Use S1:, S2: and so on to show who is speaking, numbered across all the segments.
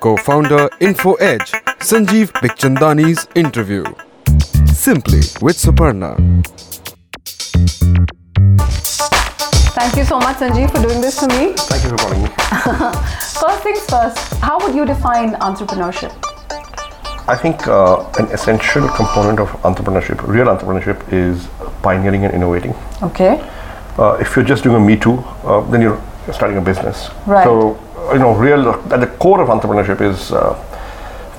S1: co-founder InfoEdge, Sanjeev Bikchandani's interview. Simply with Suparna.
S2: Thank you so much, Sanjeev, for doing this to me.
S3: Thank you for calling me.
S2: First things first, how would you define entrepreneurship?
S3: I think uh, an essential component of entrepreneurship, real entrepreneurship, is pioneering and innovating.
S2: Okay.
S3: Uh, if you're just doing a Me Too, uh, then you're starting a business.
S2: Right.
S3: So, uh, you know, real at the core of entrepreneurship is uh,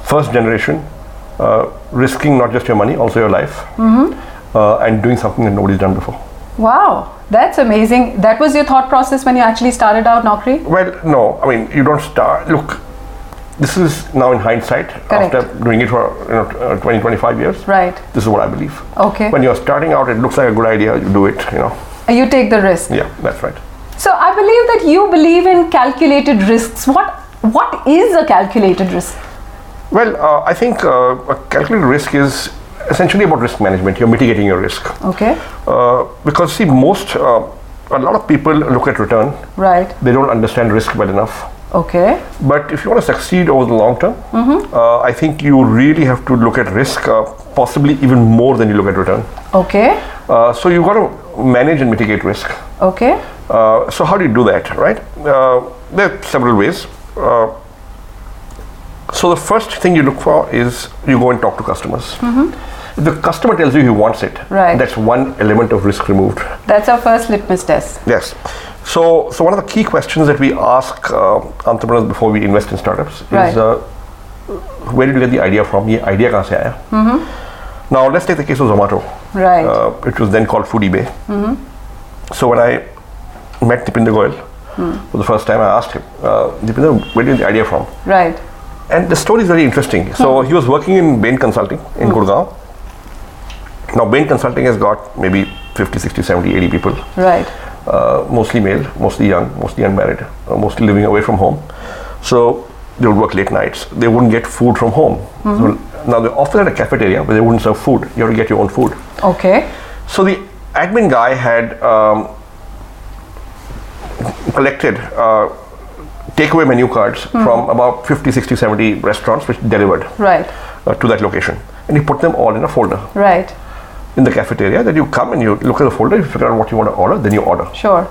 S3: first generation, uh, risking not just your money, also your life,
S2: Mm-hmm.
S3: uh, and doing something that nobody's done before.
S2: Wow, that's amazing. That was your thought process when you actually started out Naukri?
S3: Well, no, I mean, you don't start. Look, this is now in hindsight,
S2: Correct.
S3: after doing it for you know, t- uh, 20, 25 years.
S2: Right. Oh,
S3: This is what I believe.
S2: Okay.
S3: When you're starting out, it looks like a good idea, you do it, you know.
S2: You take the risk.
S3: Yeah, that's right.
S2: So I believe that you believe in calculated risks. What what is a calculated risk?
S3: Well, uh, I think uh, a calculated risk is essentially about risk management. You're mitigating your risk.
S2: Okay.
S3: Uh, because, see, most, uh, a lot of people look at return,
S2: Right.
S3: they don't understand risk well enough.
S2: Okay.
S3: But if you want to succeed over the long term, uh, I think you really have to look at risk, uh, possibly even more than you look at return.
S2: Okay.
S3: Uh, so you've got to manage and mitigate risk.
S2: Okay.
S3: Uh, so how do you do that, right? Uh, there are several ways. Uh, so the first thing you look for is you go and talk to customers. If the customer tells you he wants it,
S2: Mm-hmm. Right.
S3: that's one element of risk removed.
S2: That's our first litmus test.
S3: Yes. So, so one of the key questions that we ask uh, entrepreneurs before we invest in startups
S2: Right.
S3: is, uh, where did you get the idea from? ये idea कहाँ से आया?
S2: Mm-hmm.
S3: Now let's take the case of Zomato,
S2: Right.
S3: uh, which was then called Foodie Bay. So when I met Dipinder Goyal for the first time, I asked him, uh, Dipinder, where did you get the idea from?
S2: right.
S3: And the story is very interesting. So he was working in Bain Consulting in Gurgaon. Now Bain Consulting has got maybe 50, 60, 70, 80 people
S2: Right.
S3: uh, mostly male, mostly young, mostly unmarried, uh, mostly living away from home. So they would work late nights. They wouldn't get food from home. So now they often had a cafeteria, but they wouldn't serve food. You have to get your own food.
S2: Okay.
S3: So the admin guy had um, collected uh, takeaway menu cards from about 50, 60, 70 restaurants which delivered
S2: Right.
S3: uh, to that location. And he put them all in a folder
S2: Right.
S3: in the cafeteria. Then you come and you look at the folder, you figure out what you want to order, then you order.
S2: Sure.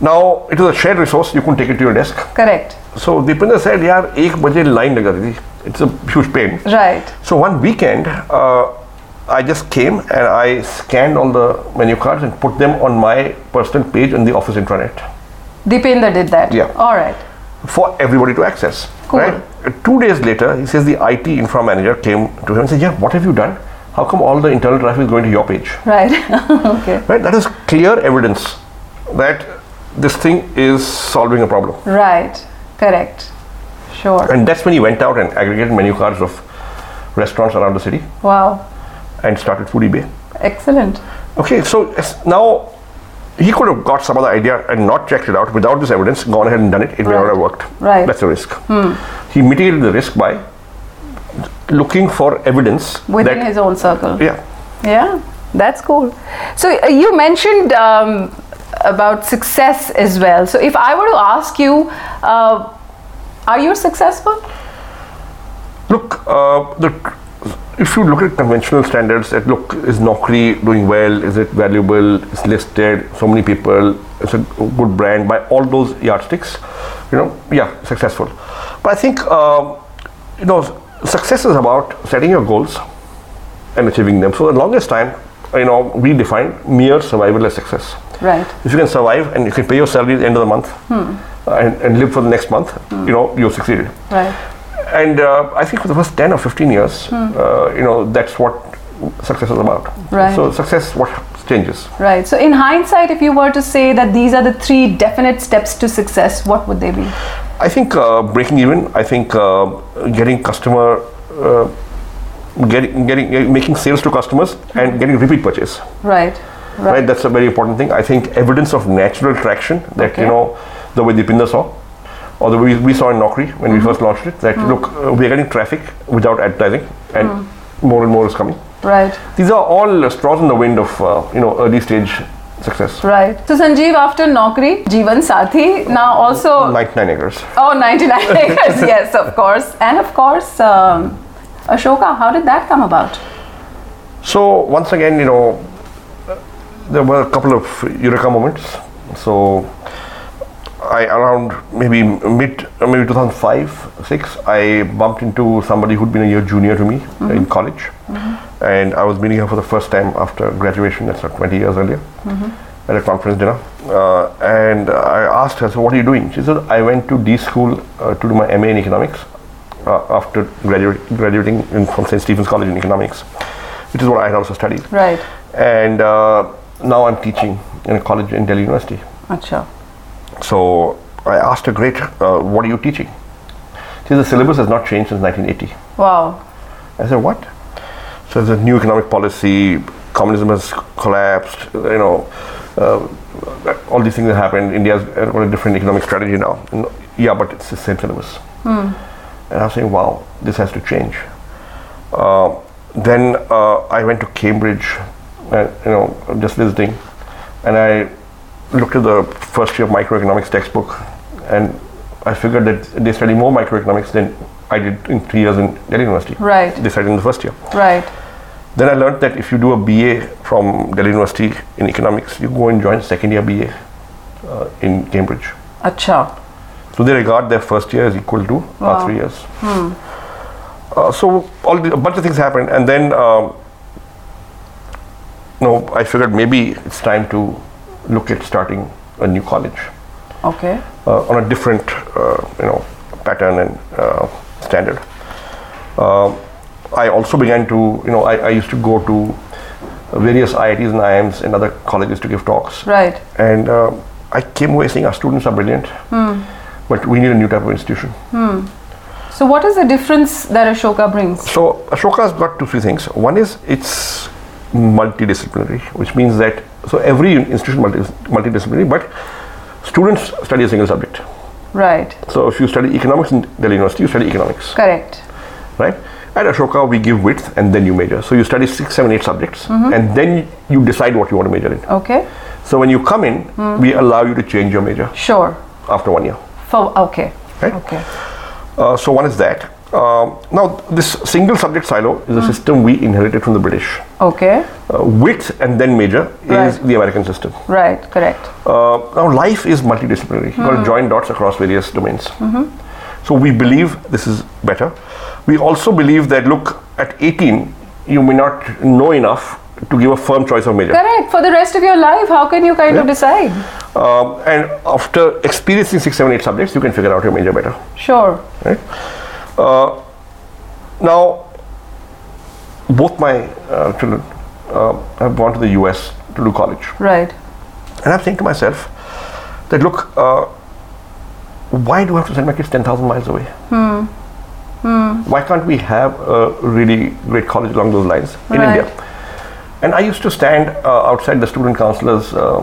S3: Now it was a shared resource. You couldn't take it to your desk.
S2: Correct.
S3: So Dipinder said, "यार एक बजे line लगा दी. It's a huge pain."
S2: Right.
S3: So one weekend, uh, I just came and I scanned all the menu cards and put them on my personal page on the office intranet
S2: Deepinder did that.
S3: Yeah.
S2: All right.
S3: for everybody to access.
S2: Cool.
S3: Right. Uh, Two days later, he says the IT infra manager came to him and said, "Yeah, what have you done? How come all the internal traffic is going to your page?"
S2: Right. okay.
S3: Right. That is clear evidence that this thing is solving a problem.
S2: Right. Correct. Sure.
S3: And that's when he went out and aggregated menu cards of restaurants around the city
S2: Wow.
S3: and started Foodie Bay.
S2: Excellent.
S3: Okay, so as- now he could have got some other idea and not checked it out without this evidence, gone ahead and done it, it may
S2: Right.
S3: not have worked.
S2: Right. Hmm.
S3: That's a risk. He mitigated the risk by looking for evidence
S2: Within
S3: that,
S2: his own circle.
S3: yeah,
S2: Yeah, that's cool. So uh, you mentioned um, about success as well. So if I were to ask you, uh, are you successful?
S3: Look, uh, the, if you look at conventional standards, that look, is Naukri doing well? Is it valuable? It's listed, so many people, it's a good brand. By all those yardsticks, you know, yeah, successful. But I think, um you know, success is about setting your goals and achieving them. So the longest time, you know, we define mere survival as success.
S2: Right.
S3: If you can survive and you can pay your salary at the end of the month uh, and, and live for the next month, you know, you've succeeded
S2: Right.
S3: and uh, I think for the first 10 or 15 years,
S2: Hmm.
S3: uh, you know, that's what success is about.
S2: Right.
S3: So success, what changes?
S2: Right. So in hindsight, if you were to say that these are the three definite steps to success, what would they be?
S3: I think uh, breaking even, I think uh, getting customer, uh, getting, getting, uh, making sales to customers and getting repeat purchase,
S2: Hmm. Right.
S3: right. That's a very important thing. I think evidence of natural traction that,
S2: Okay.
S3: you know, the way Dipinder saw, or the way we, we saw in Naukri when
S2: Hmm.
S3: we first launched it, that look, uh, we're getting traffic without advertising and
S2: Hmm.
S3: more and more is coming.
S2: Right.
S3: These are all straws in the wind of uh, you know early stage success.
S2: Right. So Sanjeev, after Naukri, Jeevan Sathi, now also
S3: Like nine acres.
S2: oh 99 acres, yes, of course, and of course um, Ashoka. How did that come about?
S3: So once again, you know, there were a couple of eureka moments. So I around maybe mid maybe 2005 six I bumped into somebody who'd been a year junior to me in college, and I was meeting her for the first time after graduation. That's like 20 years earlier. At a conference dinner, uh, and I asked her, "So, what are you doing?" She said, "I went to D school uh, to do my MA in economics uh, after graduate, graduating in, from St. Stephen's College in economics, which is what I had also studied."
S2: Right.
S3: and uh, now I'm teaching in a college in Delhi University.
S2: Acha.
S3: So I asked her, "Great, uh, what are you teaching?" She said, "The syllabus has not changed since 1980."
S2: Wow.
S3: I said, "What?" So there's a new economic policy. Communism has collapsed. You know, uh, all these things have happened. India's got a different economic strategy now. No- Yeah, but it's the same syllabus. And I was saying, "Wow, this has to change." Uh, then uh, I went to Cambridge, and, you know, I'm just visiting, and I looked at the first year microeconomics textbook, and I figured that they study more microeconomics than I did in three years in Delhi University.
S2: Right.
S3: They studied in the first year.
S2: Right.
S3: Then I learned that if you do a BA from Delhi University in economics, you go and join second year BA uh, in Cambridge.
S2: Acha.
S3: So they regard their first year as equal to our three years. Uh, so all the, a bunch of things happened, and then um, you know, I figured maybe it's time to look at starting a new college
S2: Okay.
S3: uh, on a different uh, you know pattern and uh, standard. Um, I also began to you know I, I used to go to various IITs and IIMs and other colleges to give talks
S2: Right.
S3: and um I came away saying our students are brilliant, but we need a new type of institution.
S2: So what is the difference that Ashoka brings?
S3: So Ashoka's got two three things. One is it's multidisciplinary, which means that so every institution multi- multidisciplinary, but students study a single subject.
S2: Right.
S3: So if you study economics in Delhi University, you study economics,
S2: Correct.
S3: right? At Ashoka, we give width and then you major. So you study six, seven, eight subjects, and then you decide what you want to major in.
S2: Okay.
S3: So when you come in, we allow you to change your major
S2: Sure.
S3: after one year.
S2: For okay.
S3: Right.
S2: Okay.
S3: Uh, so one is that. Um, now, this single subject silo is a system we inherited from the British.
S2: Okay.
S3: Uh, width and then major is
S2: Right.
S3: the American system.
S2: Right. Correct.
S3: Uh, now, life is multidisciplinary. You've got to join dots across various domains. So we believe this is better. We also believe that, look, at 18, you may not know enough to give a firm choice of major.
S2: Correct. For the rest of your life, how can you kind of
S3: Yeah.
S2: decide?
S3: Um, and after experiencing six, seven, eight subjects, you can figure out your major better.
S2: Sure.
S3: right? Uh, now, both my uh, children uh, have gone to the US to do college,
S2: Right.
S3: and I'm saying to myself that look, uh, why do I have to send my kids ten thousand miles away? Why can't we have a really great college along those lines in
S2: Right.
S3: India? And I used to stand uh, outside the student counselor's, uh,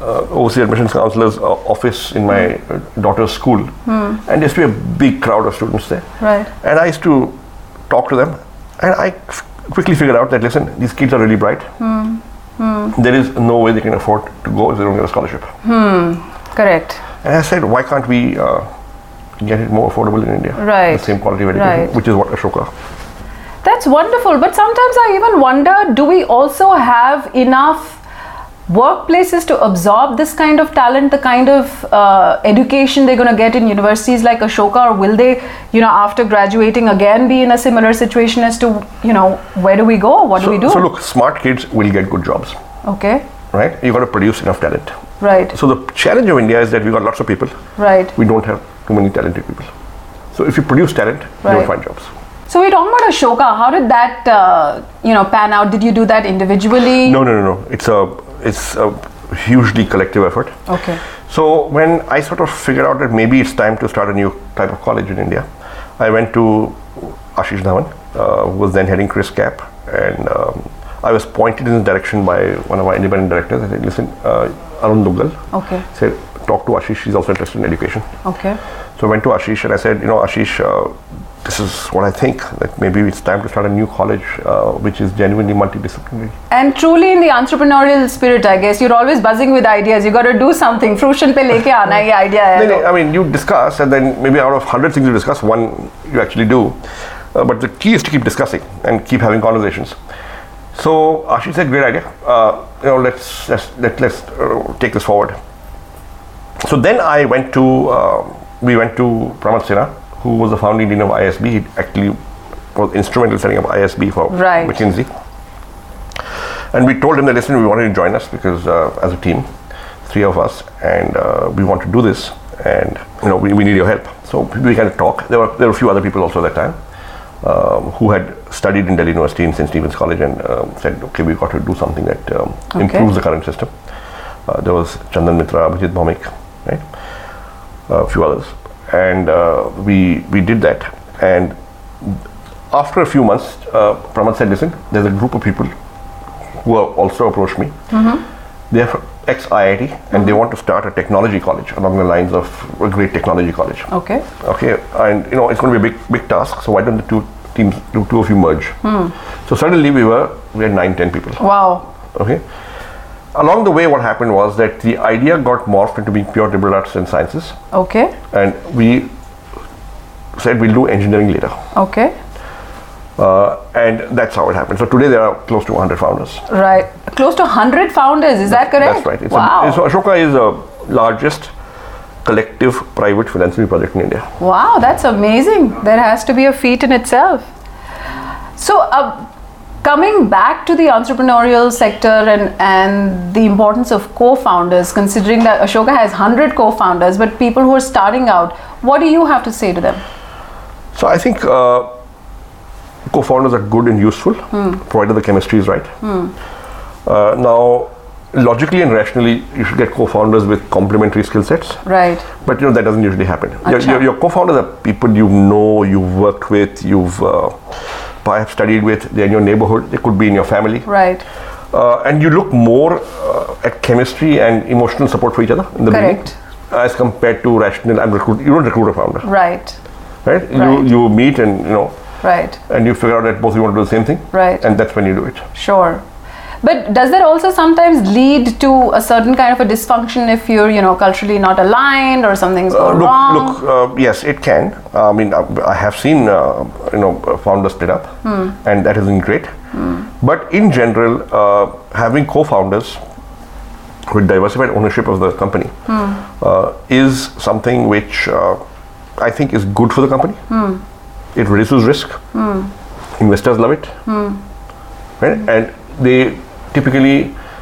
S3: uh, overseas admissions counselor's uh, office in my uh, daughter's school, and there used to be a big crowd of students there.
S2: Right.
S3: And I used to talk to them, and I f- quickly figured out that listen, these kids are really bright.
S2: Hmm,
S3: There is no way they can afford to go if they don't get a scholarship.
S2: Correct.
S3: And I said, why can't we uh, get it more affordable in India?
S2: Right.
S3: The same quality of education,
S2: Right.
S3: which is what Ashoka.
S2: That's wonderful. But sometimes I even wonder do we also have enough workplaces to absorb this kind of talent, the kind of uh, education they're going to get in universities like Ashoka, or will they, you know, after graduating again be in a similar situation as to, you know, where do we go? What
S3: So,
S2: do we do?
S3: so look, smart kids will get good jobs,
S2: okay.
S3: right? You got to produce enough talent.
S2: Right.
S3: So the challenge of India is that we got lots of people.
S2: Right.
S3: We don't have too many talented people. So if you produce talent, you will
S2: Right.
S3: find jobs.
S2: So we're talking about Ashoka. How did that, uh, you know, pan out? Did you do that individually?
S3: No, no, no, no. It's a it's a hugely collective effort.
S2: Okay.
S3: So when I sort of figured out that maybe it's time to start a new type of college in India, I went to Ashish Dhawan, uh, who was then heading Chris Cap, and um, I was pointed in the direction by one of our independent directors. I said, "Listen, uh, Arun Dugal
S2: Okay.
S3: said talk to Ashish. She's also interested in education."
S2: Okay.
S3: So I went to Ashish and I said, you know, Ashish, uh, this is what I think that maybe it's time to start a new college uh, which is genuinely multidisciplinary.
S2: And truly in the entrepreneurial spirit, I guess, you're always buzzing with ideas. You got to do something. Fruition pe leke aana ye idea hai.
S3: No, no, I mean, you discuss, and then maybe out of 100 things you discuss, one you actually do. Uh, but the key is to keep discussing and keep having conversations. So Ashish said, great idea. Uh, you know, let's let's let, let's uh, take this forward. So then I went to um we went to Pramod Sinha, who was the founding dean of ISB. He actually was instrumental in setting up ISB for
S2: Right.
S3: McKinsey. And we told him that listen, we wanted to join us because uh, as a team, three of us, and uh, we want to do this, and you know we, we need your help. So we kind of talk. There were there were a few other people also at that time um, who had studied in Delhi University and St Stephen's College and um, said, okay, we've got to do something that um, improves the current system. Uh, there was Chandan Mitra, Abhijit Bhamik, right? a few others, and uh, we we did that. And after a few months, uh, Pramod said, "Listen, there's a group of people who are also approached me. They're from ex IIT, and they want to start a technology college along the lines of a great technology college.
S2: Okay.
S3: Okay, and you know it's going to be a big big task. So why don't the two teams, do two of you merge?
S2: Hmm.
S3: So suddenly we were we had nine, ten people
S2: Wow.
S3: okay along the way what happened was that the idea got morphed into being pure liberal arts and sciences
S2: Okay.
S3: and we said we'll do engineering later
S2: Okay.
S3: uh, and that's how it happened so today there are close to 100 founders
S2: Right. Close to 100 founders. Is that correct?
S3: that's right it's
S2: wow.
S3: a, so ashoka is the largest collective private philanthropy project in india
S2: Wow, that's amazing. That has to be a feat in itself. So, uh, coming back to the entrepreneurial sector and, and the importance of co founders, considering that Ashoka has 100 co founders, but people who are starting out, what do you have to say to them?
S3: So I think uh, co-founders are good and useful,
S2: Hmm.
S3: provided the chemistry is right. Uh, now, logically and rationally, you should get co-founders with complementary skill sets.
S2: Right.
S3: But you know that doesn't usually happen. Your,
S2: Acha.
S3: your, your co-founders are people you know, you've worked with, you've uh, perhaps studied with. They're in your neighborhood. They could be in your family.
S2: Right.
S3: Uh, and you look more uh, at chemistry and emotional support for each other in the
S2: Correct.
S3: beginning, as compared to rational. I'm recruit. You don't recruit a founder,
S2: Right.
S3: right?
S2: Right.
S3: You you meet and you know
S2: Right.
S3: and you figure out that both of you want to do the same thing
S2: Right.
S3: and that's when you do it
S2: Sure. But does that also sometimes lead to a certain kind of a dysfunction if you're, you know, culturally not aligned or something's
S3: Uh,
S2: gone
S3: look
S2: wrong?
S3: look uh, yes it can Uh, i mean i, I have seen uh, you know founders split up and that isn't great but in general uh, having co-founders with diversified ownership of the company uh, is something which uh, i think is good for the company it reduces risk investors love it right? And they typically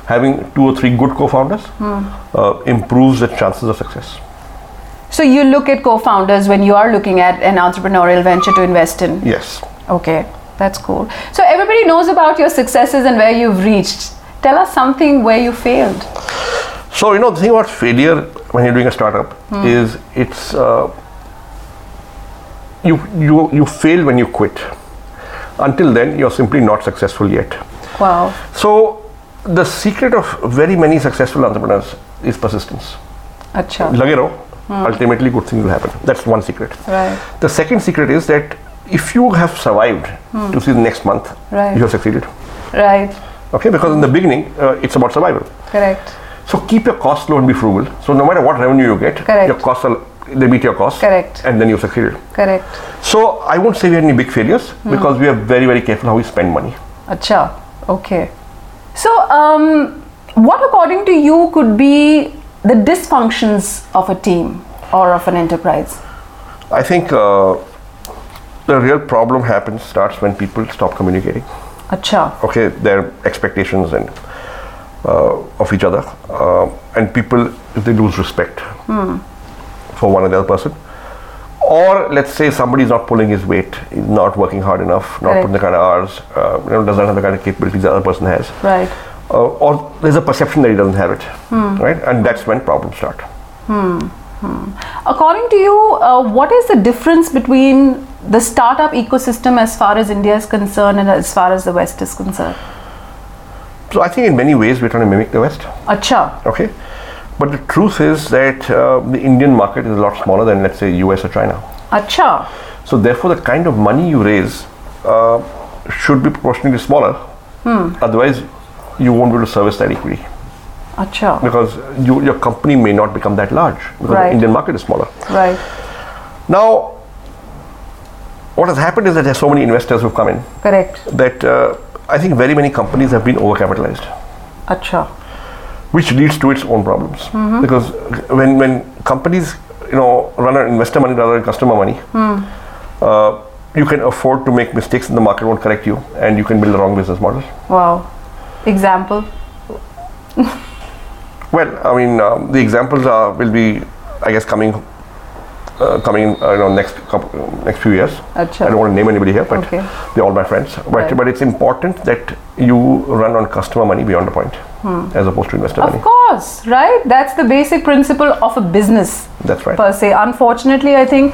S3: having two or three good co-founders uh, improves the chances of success.
S2: So you look at co-founders when you are looking at an entrepreneurial venture to invest in.
S3: Yes.
S2: Okay, that's cool. So everybody knows about your successes and where you've reached. Tell us something where you failed.
S3: So you know the thing about failure when you're doing a startup is it's uh, you you you fail when you quit. Until then, you're simply not successful yet.
S2: Wow.
S3: So the secret of very many successful entrepreneurs is persistence.
S2: Acha.
S3: Lage raho, ultimately good things will happen. That's one secret.
S2: Right.
S3: The second secret is that if you have survived to see the next month,
S2: Right.
S3: you have succeeded.
S2: Right.
S3: Okay, because in the beginning, uh, it's about survival.
S2: Correct.
S3: So keep your costs low and be frugal. So no matter what revenue you get,
S2: Correct.
S3: your costs are they meet your costs.
S2: Correct.
S3: And then you succeeded.
S2: Correct.
S3: So I won't say we had any big failures
S2: Hmm.
S3: because we are very very careful how we spend money.
S2: Acha. Okay. So um, what according to you could be the dysfunctions of a team or of an enterprise?
S3: I think uh, the real problem happens starts when people stop communicating.
S2: Acha.
S3: okay their expectations and uh, of each other uh, and people if they lose respect for one another person or let's say somebody is not pulling his weight is not working hard enough not
S2: Correct.
S3: putting the kind of hours uh, you know, doesn't have the kind of capabilities the other person has
S2: Right.
S3: uh, or there's a perception that he doesn't have it right and that's when problems start
S2: According to you, uh, what is the difference between the startup ecosystem as far as India is concerned and as far as the West is concerned?
S3: so i think in many ways we're trying to mimic the west
S2: Acha,
S3: okay But the truth is that uh, the Indian market is a lot smaller than, let's say, US or China.
S2: Acha.
S3: So therefore, the kind of money you raise uh, should be proportionally smaller. Otherwise, you won't be able to service that equity
S2: Acha.
S3: because you, your company may not become that large because
S2: Right.
S3: the Indian market is smaller.
S2: Right.
S3: Now, what has happened is that there are so many investors who've come in
S2: Correct.
S3: that uh, I think very many companies have been overcapitalized,
S2: Acha.
S3: which leads to its own problems.
S2: Mm-hmm.
S3: Because when when companies you know run on investor money rather than customer money,
S2: Hmm.
S3: uh, you can afford to make mistakes and the market won't correct you, and you can build a wrong business model.
S2: Wow. Example.
S3: Well, I mean, um, the examples are will be, I guess, coming, uh, coming, uh, you know, next couple, next few years.
S2: Acha.
S3: I don't want to name anybody here, but
S2: Okay.
S3: they're all my friends. But
S2: Right.
S3: but it's important that you run on customer money beyond a point, as opposed to investor
S2: Hmm. Of
S3: money.
S2: course, right? That's the basic principle of a business.
S3: That's right.
S2: per se. Unfortunately, I think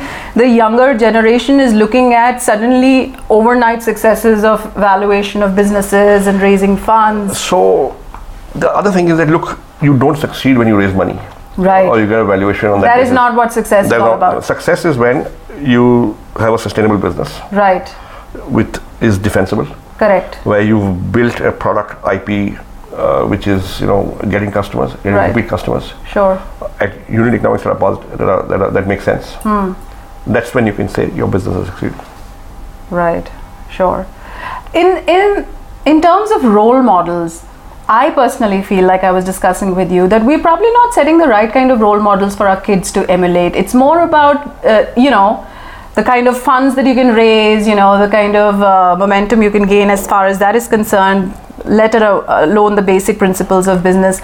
S2: the younger generation is looking at suddenly overnight successes of valuation of businesses and raising funds.
S3: So the other thing is that look, you don't succeed when you raise money, or
S2: Right.
S3: you get a valuation on that.
S2: That is
S3: basis.
S2: not what success is
S3: That's
S2: all
S3: not-
S2: about.
S3: Success is when you have a sustainable business
S2: Right.
S3: with is defensible.
S2: Correct.
S3: where you've built a product IP, uh, which is you know getting customers, getting
S2: Right.
S3: repeat customers
S2: Sure.
S3: at unit economics that are positive, that, are, that, are, that make sense.
S2: Hmm.
S3: That's when you can say your business has succeeded.
S2: Right. Sure. In in in terms of role models, I personally feel like I was discussing with you that we're probably not setting the right kind of role models for our kids to emulate. It's more about uh, you know the kind of funds that you can raise, you know the kind of uh, momentum you can gain as far as that is concerned. Let alo- alone the basic principles of business.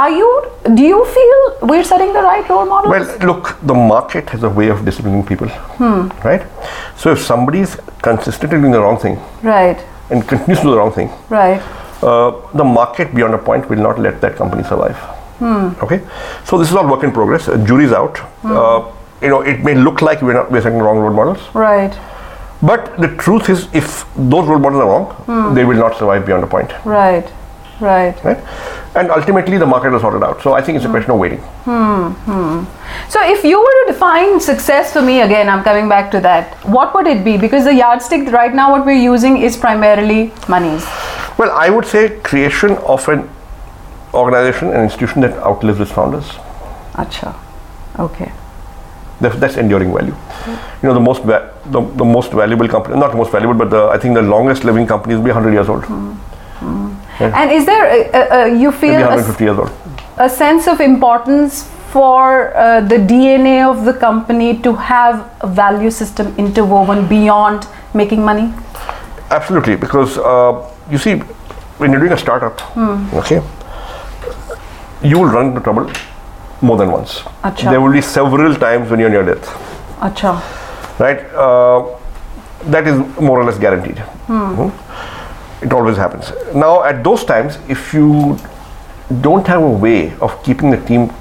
S2: Are you? Do you feel we're setting the right role models?
S3: Well, look, the market has a way of disciplining people,
S2: Hmm.
S3: right? So if somebody is consistently doing the wrong thing
S2: right.
S3: and continues to do the wrong thing,
S2: Right.
S3: uh, the market beyond a point will not let that company survive. Okay, so this is all work in progress. Uh, jury's out. Uh, you know, it may look like we're not we're setting wrong role models.
S2: Right.
S3: But the truth is, if those role models are wrong, they will not survive beyond a point,
S2: Right. Right.
S3: right? And ultimately, the market will sort it out. So I think it's a question of waiting.
S2: So, if you were to define success for me again, I'm coming back to that. What would it be? Because the yardstick right now, what we're using is primarily monies.
S3: Well, I would say creation of an organization, an institution that outlives its founders.
S2: Acha. Okay.
S3: That's, that's enduring value. You know, the most va- the, the most valuable company, not the most valuable, but the, I think the longest living companies will be 100 years old,
S2: And is there, a, a, a, you
S3: maybe
S2: feel a, s-
S3: 150 years old.
S2: a sense of importance for uh, the DNA of the company to have a value system interwoven beyond making money?
S3: Absolutely, because uh, you see, when you're doing a startup, okay, you will run into trouble more than once.
S2: Acha.
S3: There will be several times when you're near death,
S2: Acha.
S3: right? Uh, that is more or less guaranteed. Hmm? It always happens. Now, at those times, if you don't have a way of keeping the team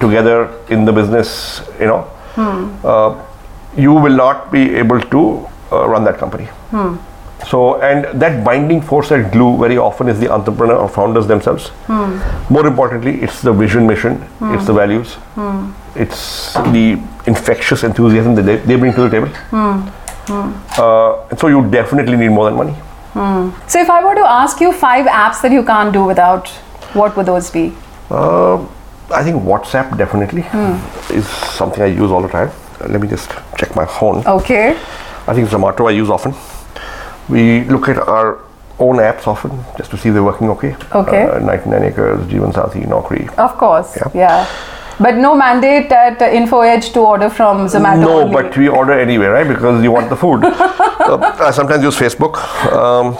S3: together in the business, you know, uh, you will not be able to uh, run that company. So, and that binding force, that glue, very often is the entrepreneur or founders themselves. More importantly, it's the vision, mission, it's the values, it's the infectious enthusiasm that they, they bring to the table. Uh, and so, you definitely need more than money.
S2: So, if I were to ask you five apps that you can't do without, what would those be?
S3: Uh, I think WhatsApp definitely is something I use all the time. Uh, Let me just check my phone.
S2: Oh. Okay.
S3: I think Zomato I use often. We look at our own apps often just to see they're working okay.
S2: Okay.
S3: Uh, 99 Acres, Jeevansathi, Naukri.
S2: Of course, yeah.
S3: Yeah.
S2: But no mandate at uh, InfoEdge to order from Zomato.
S3: no,
S2: only.
S3: but we order anyway, right? Because you want the food. uh, I sometimes use Facebook. Um,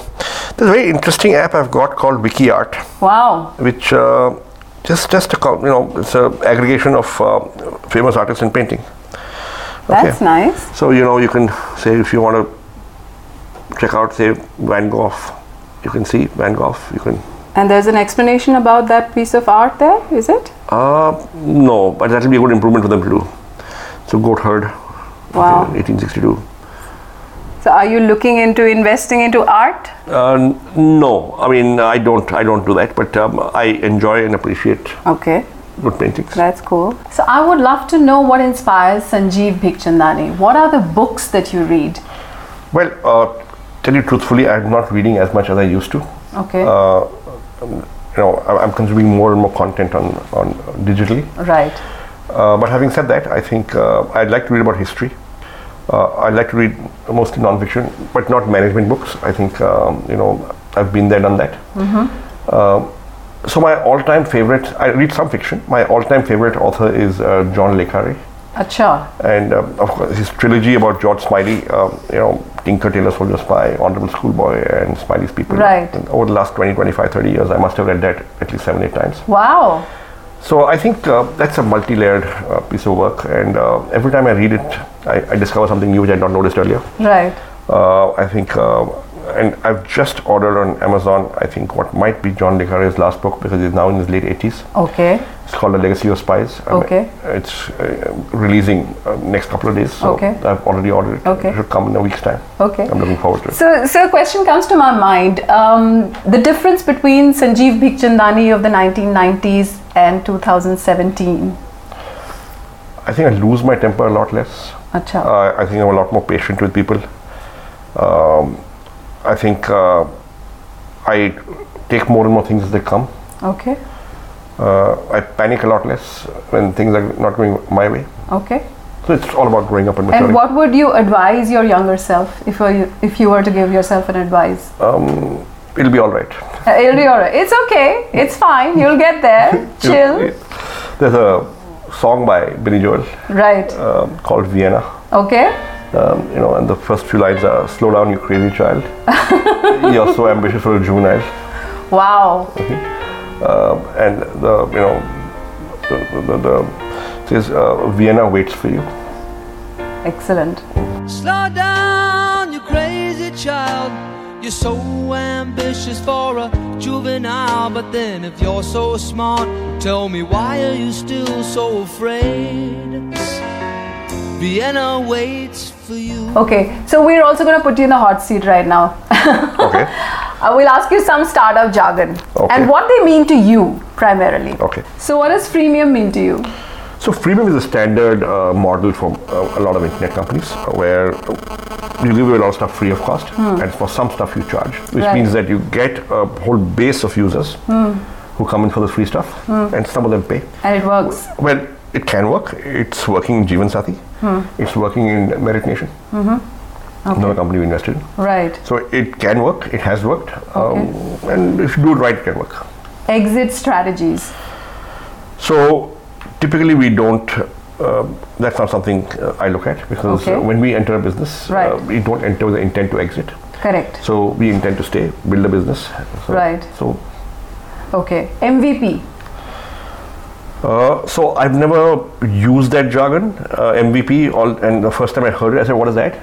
S3: there's a very interesting app I've got called WikiArt,
S2: wow,
S3: which uh, just just a co- you know it's an aggregation of uh, famous artists in painting.
S2: that's nice.
S3: So you know you can say if you want to check out say Van Gogh, you can see Van Gogh. You can
S2: And there's an explanation about that piece of art there, is it?
S3: Uh, no, but that will be a good improvement for them to do. So goat herd,
S2: Wow.
S3: 1862.
S2: So, are you looking into investing into art?
S3: Uh, n- no, I mean I don't. I don't do that. But um, I enjoy and appreciate
S2: Okay,
S3: good paintings.
S2: that's cool. So, I would love to know what inspires Sanjeev Bhikchandani. What are the books that you read?
S3: Well, uh, tell you truthfully, I'm not reading as much as I used to.
S2: Okay,
S3: Uh, um, you know, I- I'm consuming more and more content on on digitally.
S2: right.
S3: Uh, but having said that, I think uh, I'd like to read about history. Uh, I'd like to read mostly nonfiction, but not management books. I think um, you know I've been there, done that. Um, so my all-time favorite, I read some fiction. My all-time favorite author is uh, John Le Carre,
S2: Acha.
S3: and um, of course his trilogy about George Smiley, um, you know, Tinker Tailor Soldier Spy, Honorable Schoolboy, and Smiley's People.
S2: Right.
S3: And over the last 20, 25, 30 years, I must have read that at least seven, eight times.
S2: Wow.
S3: So I think uh, that's a multi-layered uh, piece of work, and uh, every time I read it, I, I discover something new which I had not noticed earlier.
S2: Right.
S3: Uh, I think, uh, and I've just ordered on Amazon. I think what might be John Le Carre's last book because he's now in his late 80s.
S2: Okay.
S3: It's called The Legacy of Spies. I mean,
S2: Okay.
S3: it's uh, releasing uh, next couple of days. So
S2: Okay.
S3: I've already ordered it.
S2: Okay.
S3: It should come in a week's time.
S2: Okay.
S3: I'm looking forward to it.
S2: So, so a question comes to my mind. Um, the difference between Sanjeev Bhikchandani of the 1990s and 2017.
S3: I think I lose my temper a lot less.
S2: Acha.
S3: Uh, I think I'm a lot more patient with people. Um, I think uh, I take more and more things as they come.
S2: Okay.
S3: Uh, I panic a lot less when things are not going my way.
S2: Okay.
S3: So it's all about growing up and maturing.
S2: And what would you advise your younger self if you if you were to give yourself an advice?
S3: um, it'll be all right.
S2: Uh, it'll be alright. It's okay. It's fine. You'll get there. Chill.
S3: There's a song by Billy Joel
S2: Right.
S3: um, called Vienna.
S2: Okay.
S3: Um, you know, and the first few lines are "Slow down, you crazy child. You're so ambitious for a juvenile."
S2: Wow.
S3: Um, and the you know the, the, the, the says uh, Vienna waits for you.
S2: Excellent.
S4: Slow down, you crazy child. You're so ambitious for a juvenile, but then if you're so smart, tell me why are you still so afraid? Vienna waits for you.
S2: Okay. So we're also going to put you in the hot seat right now.
S3: Okay,
S2: I will Uh, ask you some startup jargon
S3: Okay.
S2: and what they mean to you primarily.
S3: okay.
S2: So, what does freemium mean to you?
S3: So freemium is a standard uh, model for uh, a lot of internet companies where you give you a lot of stuff free of cost, and for some stuff you charge, which
S2: Right.
S3: means that you get a whole base of users who come in for the free stuff, and some of them pay.
S2: And it works.
S3: Well, it can work. It's working in Jeevansathi.
S2: Hmm.
S3: It's working in Merit Nation.
S2: Mm-hmm.
S3: Another company we invested in.
S2: Right.
S3: So it can work. It has worked, um, and if you do it right, it can work.
S2: Exit strategies.
S3: So typically, we don't. Uh, that's not something uh, I look at because
S2: Okay.
S3: uh, when we enter a business, uh,
S2: Right.
S3: we don't enter with the intent to exit.
S2: Correct.
S3: So we intend to stay, build a business. So,
S2: Right.
S3: So,
S2: Okay. MVP.
S3: uh, so I've never used that jargon, uh, MVP. All and the first time I heard it, I said, "What is that?"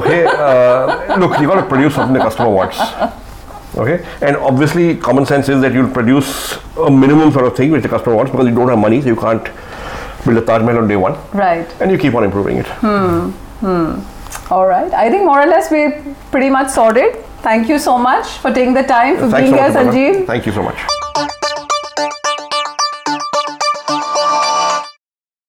S3: okay. Uh, look, you got to produce something the customer wants. Okay, and obviously, common sense is that you'll produce a minimum sort of thing which the customer wants because you don't have money, so you can't build a Taj Mahal on day one.
S2: Right.
S3: and you keep on improving it.
S2: Hmm. All right. I think more or less we're pretty much sorted. Thank you so much for taking the time for
S3: Thanks
S2: being
S3: so
S2: here,
S3: much, Aparna.
S2: Sanjeev.
S3: Thank you so much.